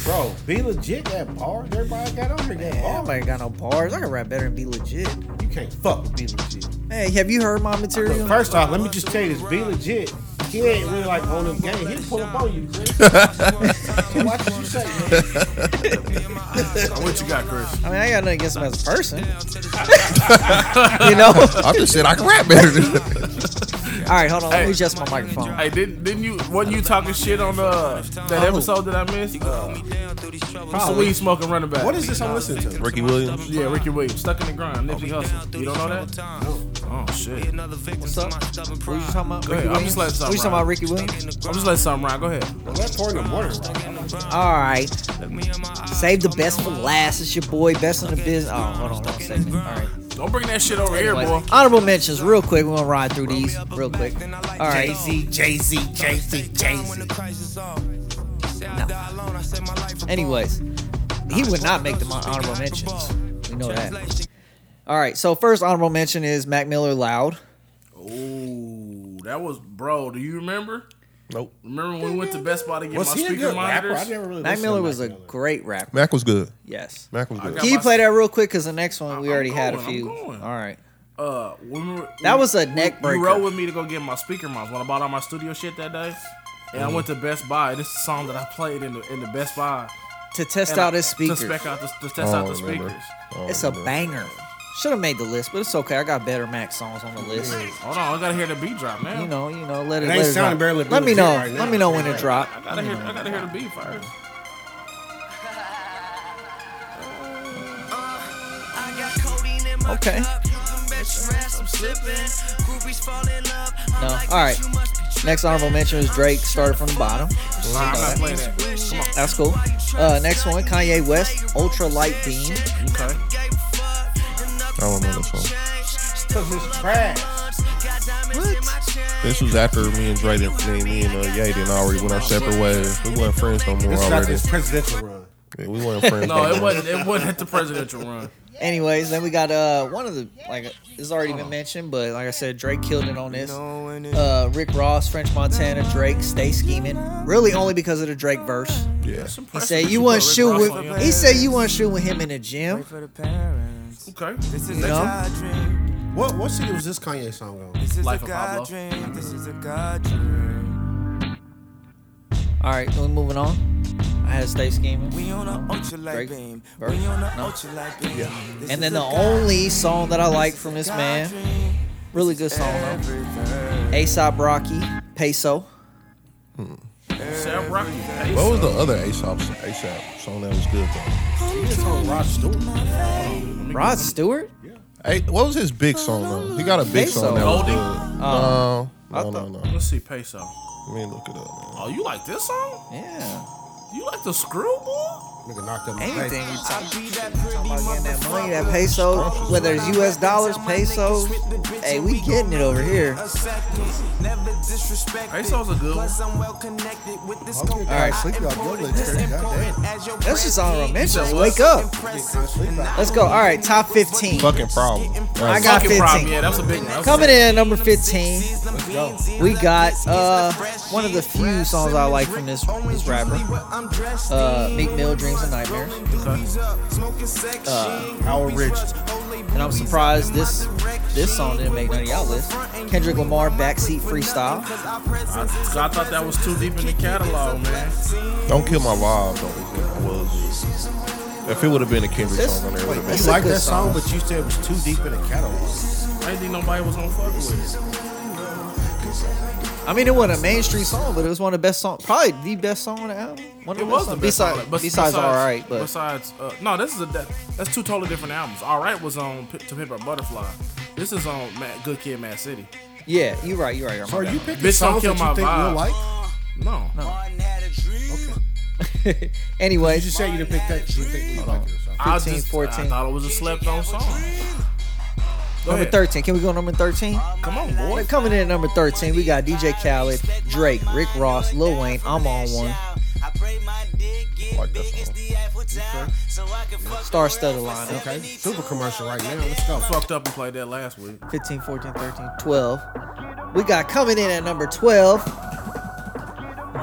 Bro, be legit that bar. Everybody got on here that Man, bar. nobody got no bars. I can rap better and be legit. You can't fuck with be legit. Hey, have you heard my Look, material? first off, let me just tell you this: be legit. He ain't really like on his game. He pull up on you, Chris. (laughs) so watch what you say, man. What you got, Chris? I mean, I got nothing against him as a person. (laughs) you know? All (laughs) I just said I can rap better than that. right, hold on. Let Hey. me adjust my microphone. Hey, didn't didn't you wasn't you talking shit on uh that Oh. episode that I missed? Uh, some weed smoking running back. What is this I'm listening to? Ricky Williams. Yeah, Ricky Williams stuck in the grind. Nipsey Hussle. You don't know that? No. Oh shit. What's up? What are you talking about? Go ahead. I'm just letting What you something talking about, ride. Ricky Williams? I'm just letting something ride. Go ahead. Well, that's four in the morning. Right? All right. Save the best for last. It's your boy, best in the business. Oh, hold on one second. All right. Don't bring that shit over here, boy. Anyway, honorable mentions, real quick. We're going to ride through these real quick. All right. Z, Jay Z, Jay Z, Jay Z. Anyways, he would not make the mon- honorable mentions. We know that. All right. So, first honorable mention is Mac Miller Loud. Ooh, that was bro. Do you remember? Nope. Remember when we went to Best Buy to get Was my he a speaker good rapper? I monitors? never really. Mac listened to Miller was a Mac great rapper. Mac was good. Yes. Mac was good. got- Can you play that real quick? Because the next one we I'm already had a going, I'm few. All going. right. Uh, when we were- That was a neck You rode breaker. with me to go get my speaker mods when I bought all my studio shit that day. And Mm-hmm. I went to Best Buy. This is a song that I played in the in the Best Buy. To test And I- out his To speakers. spec out the, to test I don't out the remember. speakers. I don't It's a remember. banger. Should have made the list, but it's okay. I got better Mac songs on the list. Hold on, I gotta hear the beat drop, man. You know, you know, let it, ain't let it sounding drop. barely Let me legit know. right now. let me know when it drop. I gotta hear. I gotta hear the beat first. I got codeine in my Okay. cup. You can bet your ass I'm slipping. Groupies fall in love. I'm No. like, All right. "Bitch, you must be tripping." Next honorable mention is Drake. Started from the bottom. Nah, I'm not playing that. That's cool. Uh, next one, Kanye West, Ultra Light Beam. Okay. I don't remember this one. Miller. 'Cause it's trash. What? This was after me and Dre didn't, me- me and uh, Ye didn't already went our separate ways. We weren't friends no more This is not already. this presidential run. Yeah, we weren't friends no, No, (laughs) more. it wasn't. It wasn't at the presidential run. Anyways, then we got uh one of the like it's already been mentioned, but like I said, Drake killed it on this. Uh, Rick Ross, French Montana, Drake, Stay Scheming. Really only because of the Drake verse. Yeah. He said you want Rick shoot Ross with on your he said you want shoot with him in the gym. For the parents. Okay. This is You a know? God dream. What what city was this Kanye song on? This is Life a of Pablo. God dream. This is a God dream. All right, we're moving on. I had Stay Scheming. We on a ultra light Drake? beam. Verse? We on a No. ultra light beam. This And is then the a God- only song that I like from this this is a man, God dream. really good song though. Everything. Aesop Rocky, Peso. Sam Rocky. Hey, What was the other ASAP ASAP song that was good though? It's on Rod Stewart. Rod Stewart? Hey, what was his big song though? He got a big Peso. song that was Goldie? good. No, no, no, thought- no. Let's see, Peso. Let me look it up. Man. Oh, you like this song? Yeah. You like the Screwball? Nigga knocked up my face. Anything you talk I be that pretty about getting that money, that peso, whether it's US dollars, pesos, hey, we getting it over here. motherfucker. Never disrespect. Peso's a good one. Plus I'm well connected with this Okay, gold. guys, right. sleep off your lips, Chris. Goddamn. That's just all I'm mentioning. said what? Wake up. up. Let's go. All right, top 15. Fucking problem. That I was- got Fucking problem. 15. Yeah, that's a big one. That's a- Coming in at number 15, we got uh one of the few songs I like from this, this rapper, uh, Meek Mill, Dream Dreams and Nightmares. Uh, Howard Rich. And I'm surprised this this song didn't make none of y'all list. Kendrick Lamar, Backseat Freestyle. I, 'cause I thought that was too deep in the catalog, man. Don't kill my vibe. Don't was. If it would have been a Kendrick This- song on there, it would have wait, You been. It's a like good that song, song. but you said it was too deep in the catalog. I didn't think nobody was gonna fuck with it. I mean, it wasn't a mainstream song, but it was one of the best songs, probably the best song on the album. One of It was the songs. best. Besides, song, but besides, all right, but besides, uh, no, this is a that, that's two totally different albums. All right was on P- To Pimp a Butterfly. This is on Mad, Good Kid, Mad City. yeah, you're right, you're right, you're right. So are you picking Bitch, songs Don't Kill that My you think Vibe. we'll like? No, anyway, You just said you didn't pick that you think we like. it, so. I 15, just- 14. I thought it was a slept on song. Go number ahead. 13. Can we go number 13? Come on, boy. Coming in at number 13, we got DJ Khaled, Drake, Rick Ross, Lil Wayne. I'm on one. Like that song. Star studded line. Okay. Okay, super commercial right now. Let's go. Fucked up and played that last week. 15, 14, 13, 12. We got coming in at number 12,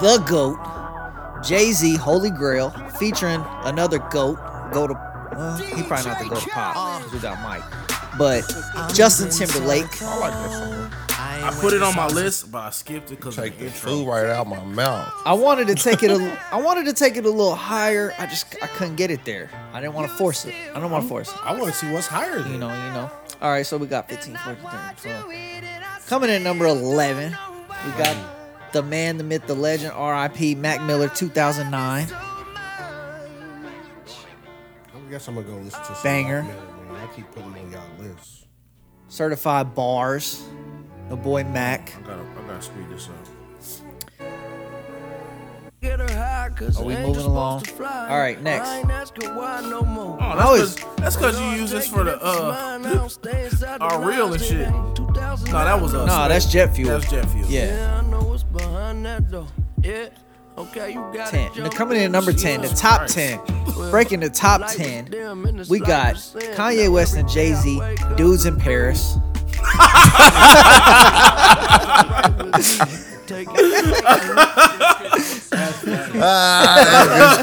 The GOAT, Jay Z, Holy Grail, featuring another GOAT. Go to, well, he probably not the GOAT to pop, Oh, 'cause we got Mike. But Justin Timberlake, I like that song. I put it on my list, but I skipped it because of Take the the intro. food right out my mouth. I wanted to take it. A, I wanted to take it a little higher. I just I couldn't get it there. I didn't want to force it. I don't want to force it. I want to see what's higher You than. know, you know. All right, so we got 15, 14, 13, 12. Coming in at number 11, we got the man, the myth, the legend, R.I.P. Mac Miller, 2009. I guess I'm gonna go listen to some Banger. Mac Miller, man. I keep putting him on y'all lists. Certified Bars, the boy Mac. I gotta, I gotta speed this up. Are we moving along? All right, next. Oh, that's because that's because you use this for the uh, our real and shit. No, that was us. No, that's jet fuel. That's jet fuel. Yeah. Ten. Now coming in at number ten, the top ten, breaking the top ten. We got Kanye West and Jay Z, dudes in Paris.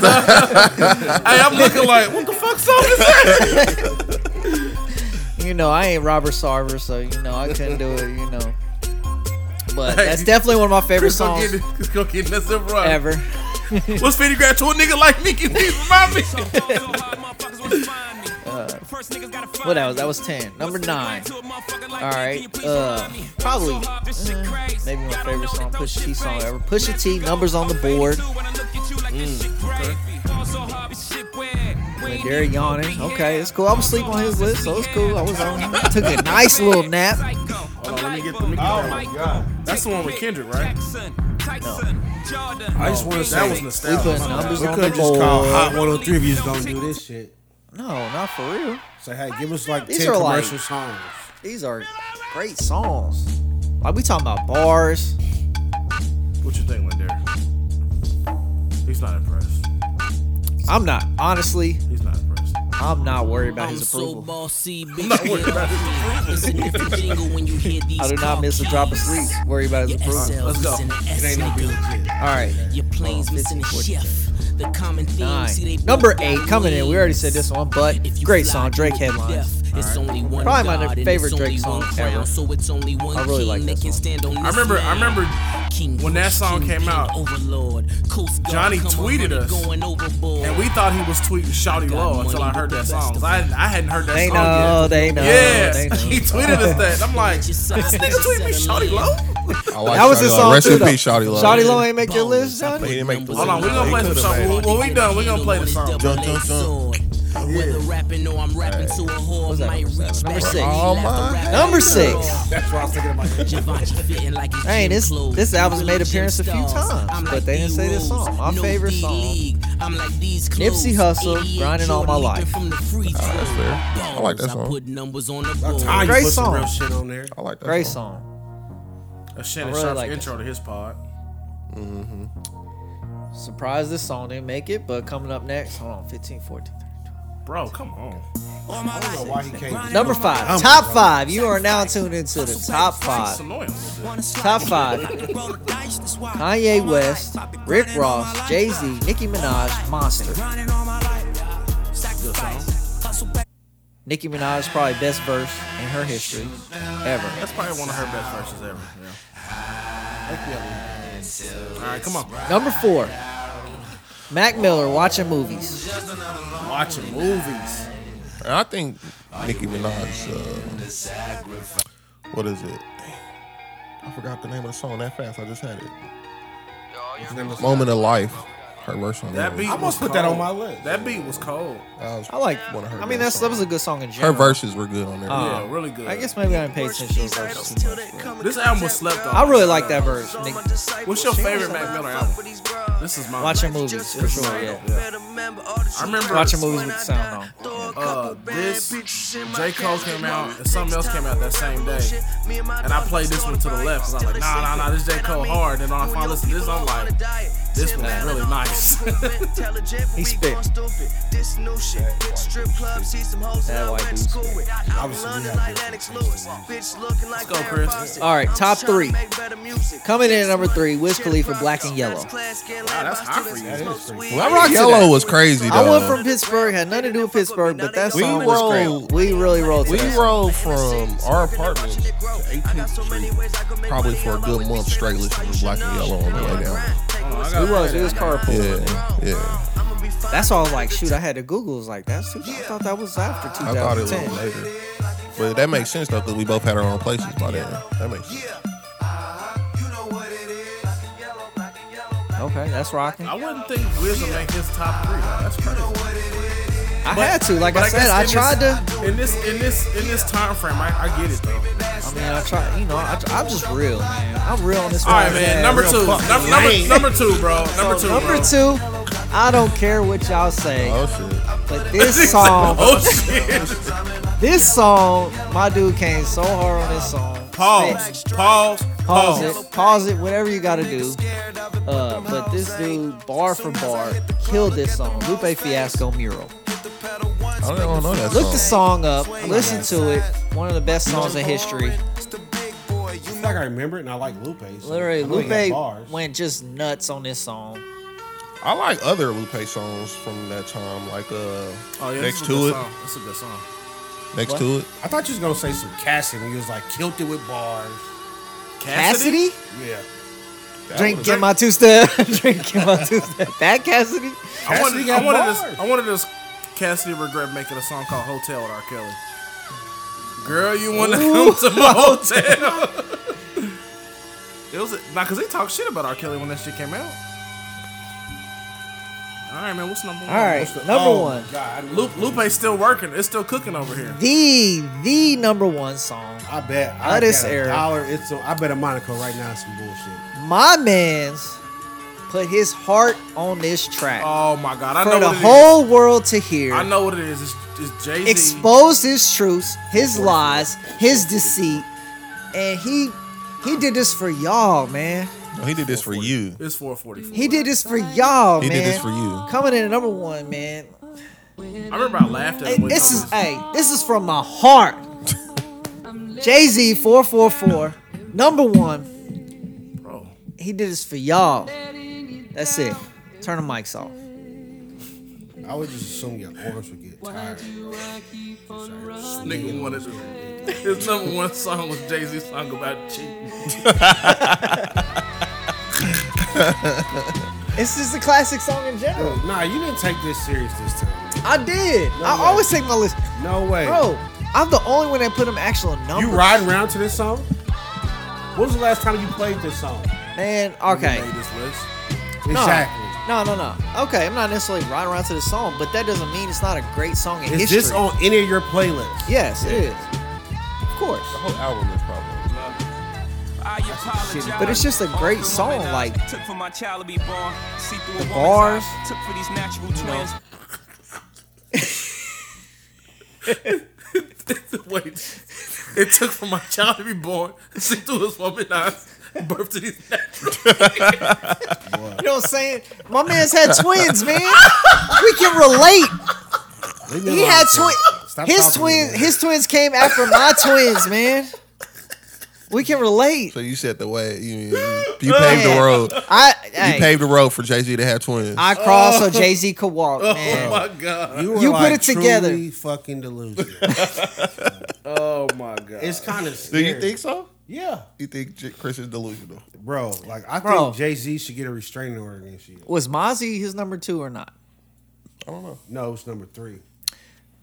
Hey, I'm looking like what (laughs) the fuck song is that? You know, I ain't Robert Sarver, so you know I couldn't do it. You know, but Hey, that's definitely one of my favorite Chris gonna songs get, (laughs) Chris gonna get this in front. ever. What's 50 grand to a nigga like me? (laughs) Can you remind me? Uh, What that was? That was ten. Number nine. All right. Uh, probably mm, maybe my favorite song, Pusha T song ever. Pusha T, numbers on the board. Mm, They're yawning. Okay, it's cool. I was asleep on his list, so it's cool. I was on. Took a nice little nap. Oh. Hold on, let me get the. Let me get that one. That's the one with Kendrick, right? I just want to say that was We put nostalgic. numbers We on could the just call board. Hot 103 if you was gonna do this shit. No, not for real. Say, hey, give us like These 10 are like- commercial songs. These are great songs. Like we talking about bars. What you think, Lindari? He's not impressed. I'm not. Honestly, He's not impressed. I'm not worried about I'm his so approval. bossy, bitch. with approval. It's a different jingle when you hear these I do not miss a drop of sleep. Worry about his Your approval. SLs go. is in the It ain't gonna be S. legit. All right. Your planes missing a shift. The common theme. See, Nine. they Number both eight got coming in. We already said wings. this one, but If you great fly, song. Drake you will be headlines. deaf. It's only one Probably my God and favorite it's only Drake song one crown, ever. So it's only one I really king like that that can song. stand on I remember. I remember. King when that Kush, song King came King out, Overlord, Coast Guard Johnny come tweeted around us, going overboard. And we thought he was tweeting Shouty Law until I heard that song. I, I hadn't heard that They song know. yet. They know. They yeah, know. (laughs) he tweeted us that. I'm like, (laughs) this Just nigga side tweeted me bitches Shouty Low? I like That was Shawty his Love. song Rest too, in though. peace, Shawty Love. Shawty Low ain't make your list, But Johnny. he didn't make the Hold on, we gonna play some He songs. could've When we done, we gonna play the song. Jump, jump, jump. Whether rapping or I'm rapping to a whore, What's that? might What's reach that? Number back. six. Oh, my Number six. That's what I was thinking about. Givenchy fitting like his Hey, gym this- clothes. this album's Really made appearance a gym few stars. times, I'm but like they didn't say this D-Rose, song. My no favorite song. D-League. I'm like these Nipsey clothes. Hussle, 88 grinding all my Jordan life. leaping From the free throw. that's fair. I like that Balls, song. put numbers on the I'm board. tired Great you put some song. real shit on there. I like that Great song. song. A Shannon I really Sharp's like intro to his pod. Surprised this song didn't make it, but coming up next, hold on, 15, 14, 13, 12. Bro, come on. I don't know why he can't. Number five, top five. You are now tuned into the top It's five. annoying. Top five. Kanye West, Rick Ross, Jay Z, Nicki Minaj, Monster. Nicki Minaj probably best verse in her history ever. That's probably one of her best verses ever. Yeah. All right, come on. Number four, Mac Miller watching movies. Watching movies. I think Nicki Minaj. Uh, what is it? I forgot the name of the song that fast. I just had it. Moment of Life. Her verse on That beat. I was must put that cold. on my list. That beat was cold. I like. One of her I mean, that's that was a good song in Her general. verses were good on there. Uh, yeah, really good. I guess maybe I didn't pay attention to those verses. too much. (laughs) this album was slept on. I really like that verse. Nick. What's your favorite Mac Miller album? This is my. Watching movies for sure. Yeah. I remember Watching movies with the sound on. uh, this J. Cole came out and something else came out that same day. And I played this one to the left because I was like, nah, nah, nah, this J. Cole hard. And I finally listened to this, I'm like, this one's really nice. He spit. That white dude spit. Let's go, Chris. All right, top three. Coming in at number three, Wiz Khalifa, Black and Yellow. Wow, that's hot for you. Black Rock Yellow was crazy though. I went from Pittsburgh, had nothing to do with Pittsburgh, but that We song was rolled- great. We really rolled. to We that song. rode from our apartment to 18th Street probably for a good month straight listening to Black and Yellow on the way down. We was. It was carpool. Yeah, yeah. That's all. I was like, shoot, I had to Google. It was like, that's. I thought that was after I thought it 2010. was later. But that makes sense though, because we both had our own places by then. That makes sense. okay, that's rocking. I wouldn't think Wiz would make his top three. That's crazy. I had to. Like But I said, guess I in tried this- to. In this, in this, in this time frame, I, I get it though. I mean, I tried. You know, I, I'm just real, man. I'm real on this. All right, podcast. man. Number two. Number, number, number two, bro. Number two. Number bro. two. I don't care what y'all say, Oh shit. but (laughs) this song, (laughs) oh shit. this song, my dude came so hard on this song. Pause. Pause. pause Pause. it, pause it, whatever you gotta do. Uh, but this dude, bar for bar, killed this song. Lupe Fiasco Mural. I don't, I don't know that Look the song. song up, listen to it. One of the best songs in history. I feel like I remember it, and I like Lupe. so Literally, I know he had Lupe bars. went just nuts on this song. I like other Lupe songs from that time, like uh, Oh, yeah, next this is a to good it, Song. That's a good song. next to it. I thought you was gonna say some Cassidy when you was like kilted with bars. Cassidy? Yeah. That Drink was- in my two step. (laughs) Drink in my two step. That Cassidy? I wanted, Cassidy I got wanted bars. this. I wanted this. Cassidy regret making a song called "Hotel" with R. Kelly. Girl, you wanna come to (laughs) my hotel? it was a, nah, cause they talked shit about R. Kelly when that shit came out. All right, man. What's number one? All right, What's oh, number one. God, I- Lu- Lupe's still working. It's still cooking over here. The, the number one song. I bet. Out I this bet a era. dollar. It's a, I bet a Monaco right now. is Some bullshit. My man's put his heart on this track. Oh my God! I for know the what it is. whole world to hear. I know what it is. It's, it's Jay Z. Expose his truths, his lies, his deceit, and he he did this for y'all, man. No, he did this for you. It's 444. He did this for y'all, He man. did this for you. Coming in at number one, man. I remember I laughed at Hey, him. when he this told is me hey, this is from my heart. Jay Z four four four, number one. Bro. He did this for y'all. That's it. Turn the mics off. I would just assume your arms would get tired. Nigga wanted to. His number one song was Jay Z's song about cheating. It's just a classic song in general. Bro, nah, you didn't take this serious this time. I did. I way. always take my list. No way. Bro, I'm the only one that put them actual you numbers. riding around to this song? When was the last time you played this song? Man, okay. Made this list. Exactly. No, no, no. Okay, I'm not necessarily right around to the song, but that doesn't mean it's not a great song in Is history. this on any of your playlists? Yes, it is. Of course. (laughs) Whole album is probably. But it's just a great song, like Took for my child to be born. See through the a bars. woman's eyes. Took for these natural twins. (laughs) Wait. It took for my child to be born, see through his woman eyes, birth to these (laughs) natural. You know what I'm saying? My man's had twins, man. We can relate. Leave me He alone, had Chris. twins. Stop talking to His me, (laughs) twins. man. His twins came after my twins, man. We can relate. So you set the way. You, you, you paved the road. I you hey, paved the road for Jay Z to have twins. I crossed Oh. so Jay Z (laughs) could walk. Man. god. You, You put it together. Fucking delusional. Oh my god. it's kind of. Do you think so? Yeah, You think J- Chris is delusional? bro. Like I Bro. think Jay Z should get a restraining order against you. Was Mozzie his number two or not? I don't know. No, it's number three.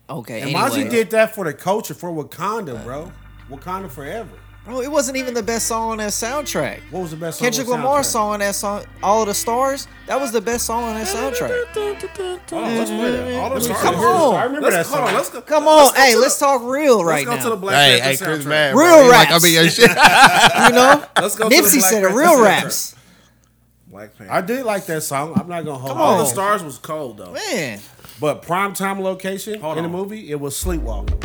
Okay, And anyway. Mozzie did that for the culture for Wakanda, bro. Wakanda forever. Bro, it wasn't even the best song on that soundtrack. What was the best? song on Kendrick the Lamar soundtrack? song on that song, All the Stars, that was the best song on that soundtrack. Oh, let's play that. All the Come stars. on. I remember Let's, that song. hold on, let's go. Come on, hey, to let's the- talk real right Let's go now. to the Black Hey, hey, Panther Chris, soundtrack. man. Real bro. He Like, I raps. mean, your (laughs) shit. you know, Let's go to the Nipsey Black said it. Panther Real soundtrack. raps, Black Panther. I did like that song. I'm not gonna hold on. All on. the stars was cold though. man. But prime time location Hold in the on. movie, it was Sleepwalking.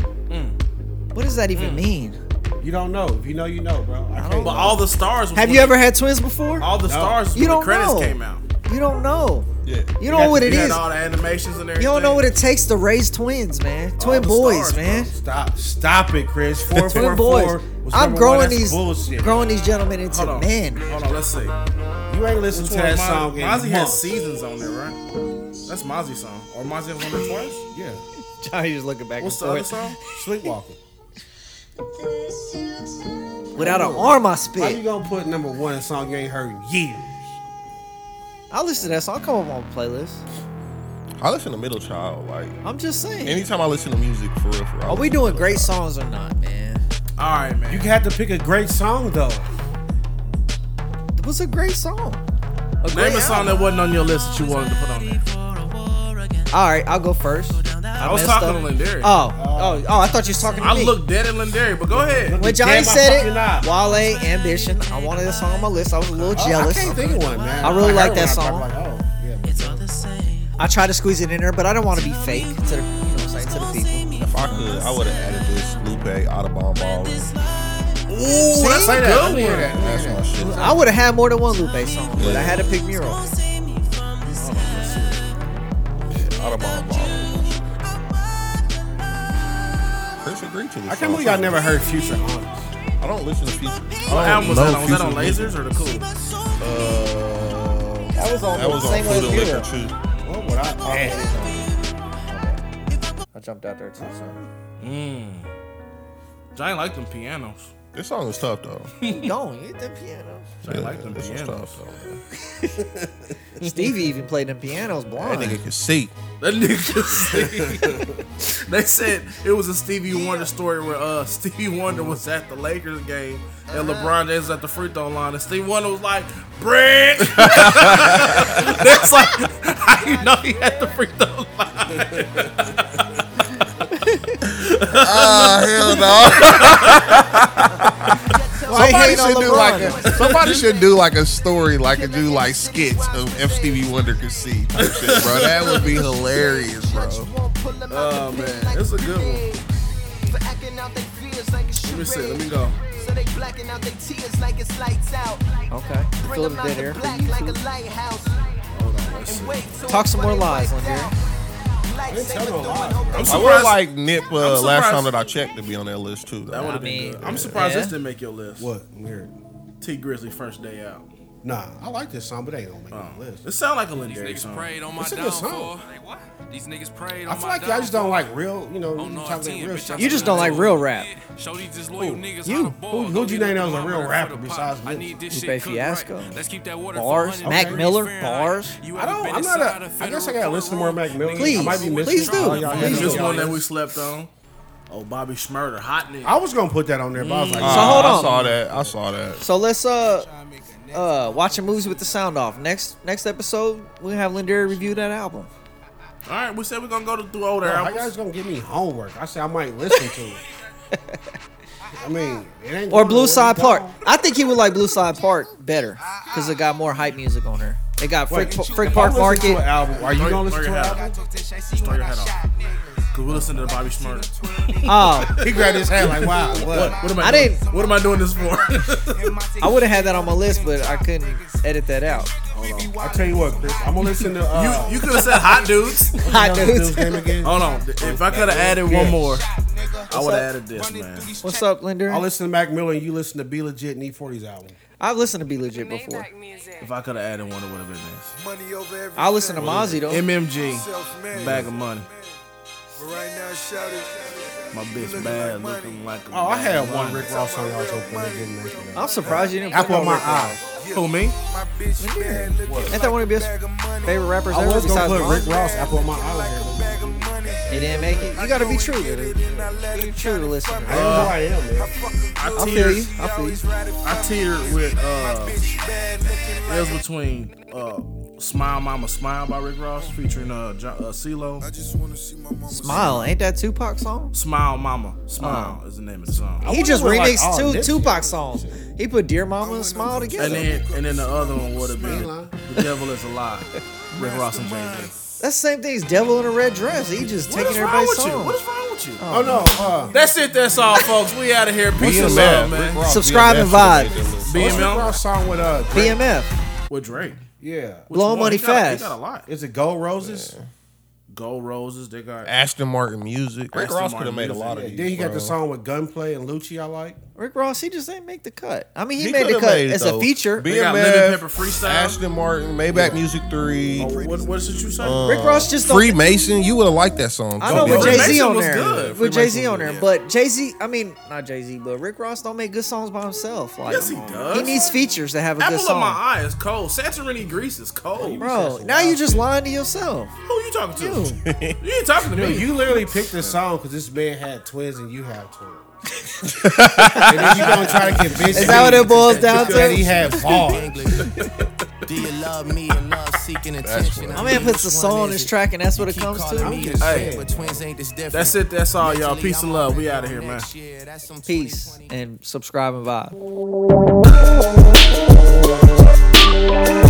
What does that even mean? You don't know. If you know, you know, bro. I can't. But all the stars. Was Have when you ever had twins before? All the stars. was You when don't the credits know. came out. You don't know. Yeah. You don't know what You it had is. all the animations and everything. You don't know what it takes to raise twins, man. Twin the boys, stars, man. Stop, stop it, Chris. Four, Twin four, boys. four. was I'm number growing one. That's these bullshit. growing these gentlemen into Hold on. men. Hold on. Let's see. You ain't listened to that song in Mozzie has months. seasons on there, right? That's Mozzie's song. Or Mozzie has on there twice. Yeah, Johnny just looking back What's the other song? Sleepwalking. Without an arm, I How you spit. gonna put number one in a song you ain't heard in years? I listen to that song. Come up on the playlist. I listen to Middle Child. Like I'm just saying. anytime I listen to music, for real, for real. I Are Oh, we listen to doing Middle great Child. songs or not, man? All right, man. You had to pick a great song though. It was a great song. A great Name a song album. that wasn't on your list that you wanted to put on there. All right, I'll go first. I was messed talking up. to Lindari. Oh, oh, oh! I thought you was talking to I me. looked dead at Lindari, but go ahead. when Damn, I Johnny said fucking lied. it, Wale, Ambition. I wanted a song on my list. I was a little Oh, jealous. I can't think of one, man. I really heard like one, that I song. probably Like, oh, yeah. but- I tried to squeeze it in there, but I don't want to be fake to the, you know what I'm saying, to the people. If I could, I would have added this Lupe Audubon Ball. Ooh, that's Play a that. Let me good hear one. that. That's my shit. I would have had more than one Lupe song, but I had to pick Mural. Audubon Ball. Chris agreed to this. I song. can't believe y'all never heard Future on. I don't listen to Future. I What don't album was Oh, know that on? Was that on Future music. Lasers or the Cool? Uh, That was on that the was on Oh, same way Food as and Liquor Future. too. What would I? Oh, I jumped out there too soon. Giant like them pianos. This song is tough (laughs) though. Don't hit the piano. Giant like them this one's pianos. tough. Stevie even played them pianos That blind. nigga can see. That nigga see. they said it was a Stevie Wonder story where uh Stevie Wonder was at the Lakers game and LeBron James was at the free throw line and Stevie Wonder was like, (laughs) Brick That's like how you know he had the free throw line. Ah, hell no. Why you Somebody hating on should do LeBron? like a somebody should do like a story, like a do like skits of if Stevie Wonder could see, type shit, bro. That would be hilarious, bro. Oh Um, man, it's a good one. Let me see, let me go. Okay, fill it dead air for YouTube. Talk some more lies on here. I'm I would surprised like Nip I'm uh, last surprised- time that I checked to be on that list too. that would Though. have been mean, good. I'm surprised yeah. this didn't make your list. what? Let me hear it. T Grizzly first day out. Nah, I like this song, but it ain't gonna make the list. It sound like a Lindari Niggas song. prayed on my It's a good song. downfall. These niggas prayed on I feel like y'all just don't like real, you know, you talk about real shit. You just don't like real rap. Show these disloyal niggas you. how the ball. Who- who Go do you get think it that was a from real my mother rapper for the besides pop. I Nipsey? need this Lupe shit cooked Fiasco. right. Let's keep that water uh, Bars, 400 Mac degrees Miller, Fahrenheit. bars. You I ever don't. been I'm not inside a. I federal guess I gotta listen to more Mac Miller. I Please, might be missing please something. do. Y'all gotta Please help me This do. out. one that we slept on. Oh, Bobby Schmurder, hot nigga. I was gonna put that on there, but I was like, Uh, So hold on. I saw that. I saw that. So let's uh uh watch movies with the sound off. Next next episode we'll have Lindari review that album. All right, we said we're gonna go to- through older Bro, how you albums. guys gonna give me homework? I said I might listen to it. I mean, it ain't Or going Blue nowhere. Side Go Park. on. I think he would like Blue Side Park better because it got more hype music on there. It got Frick, Wait, Frick if I Park listen to Market. an album. Are you Throw- gonna listen throw to your an hat album? Just throw your hat off. Cause we listen to the Bobby Schmurder. Oh, He grabbed his hat like, wow, What, what? what am I? I doing? didn't- What am I doing this for? (laughs) I would have had that on my list, but I couldn't edit that out. I tell you what, Chris, I'm gonna listen to. Uh, you you could have said hot dudes. Hot Hot Dudes dudes. game again. Hold on. If I could have added one more, I would have added this, man. What's up, Linder? I listen to Mac Miller and you listen to Be Legit and E40's album. I've listened to Be Legit before. If I could have added one, it would have been this. Money over everything. I listen to Mozzie though. MMG, bag of money. But right now, shout it. My bitch bad, looking like a Oh, I bag had of one money. Rick Ross song I was hoping I didn't make it. I'm surprised you didn't. put Apple no on my Rick Ross. eye. Who me? My bitch bad, looking Ain't that one of your favorite rappers I ever? was gonna Besides put Rick Rick Ross Apple on my eye. on here. bag of money. He didn't make it. You gotta be true. Be true to listen. I don't know who I am, man. I I feel you. teared. I feel you. I teared with. uh Bitch bad, looking It was between uh, "Smile Mama Smile" by Rick Ross featuring uh, jo- uh CeeLo. I just wanna see my mama. Smile. Ain't that Tupac song? "Smile Mama Smile" is the name of the song. He wonder just what, like, remixed all two this Tupac songs. He put Dear Mama and Smile And together. then and then the other one would have been "The Devil Is a Lie." Rick Ross and James. That's the same thing as Devil in a Red Dress. He just What taking is wrong everybody's with you? What song. is wrong with you? Oh no, uh, That's it. That's all, folks. We out of here. Peace and love, man. Subscribe and what's Rick BML Ross song with uh, Drake? BMF. with Drake. yeah, Which Blow one? Money He got a- Fast. He got a lot. is it Gold Roses? Gold roses. They got. Aston Martin music. Rick Aston Ross could have Martin made a lot of Yeah, these. then he got bro. the song with Gunplay and Lucci. I like. Rick Ross, he just didn't make the cut. I mean, he, He made the coulda cut made it, as though. a feature. Be- They got BMF, lemon pepper freestyle. Aston Martin, Maybach Music 3, Oh, what, what did you say? Rick Ross just don't. Freemason. You would have liked that song. I know Don't with Jay be honest. Z Freemason on was there, good. with Freemason Jay Z on was there, good. but Jay Z, I mean, not Jay Z, but Rick Ross don't make good songs by himself. Like Yes, he does. He needs features to have a Apple good of my song, eye is cold. Santorini Greece is cold. bro. Now you just lying to yourself. Who you talking to? you ain't talking to Dude, me. you literally picked this song because this man had twins and you have twins. (laughs) and then you gonna try to convince Is that what me it boils down that he to? had balls. Do you love me and love seeking attention? My man puts a song in his track, and that's what it comes to. Hey, That's it. That's all, y'all. Peace and love. We out of here, man. Peace and subscribe and vibe.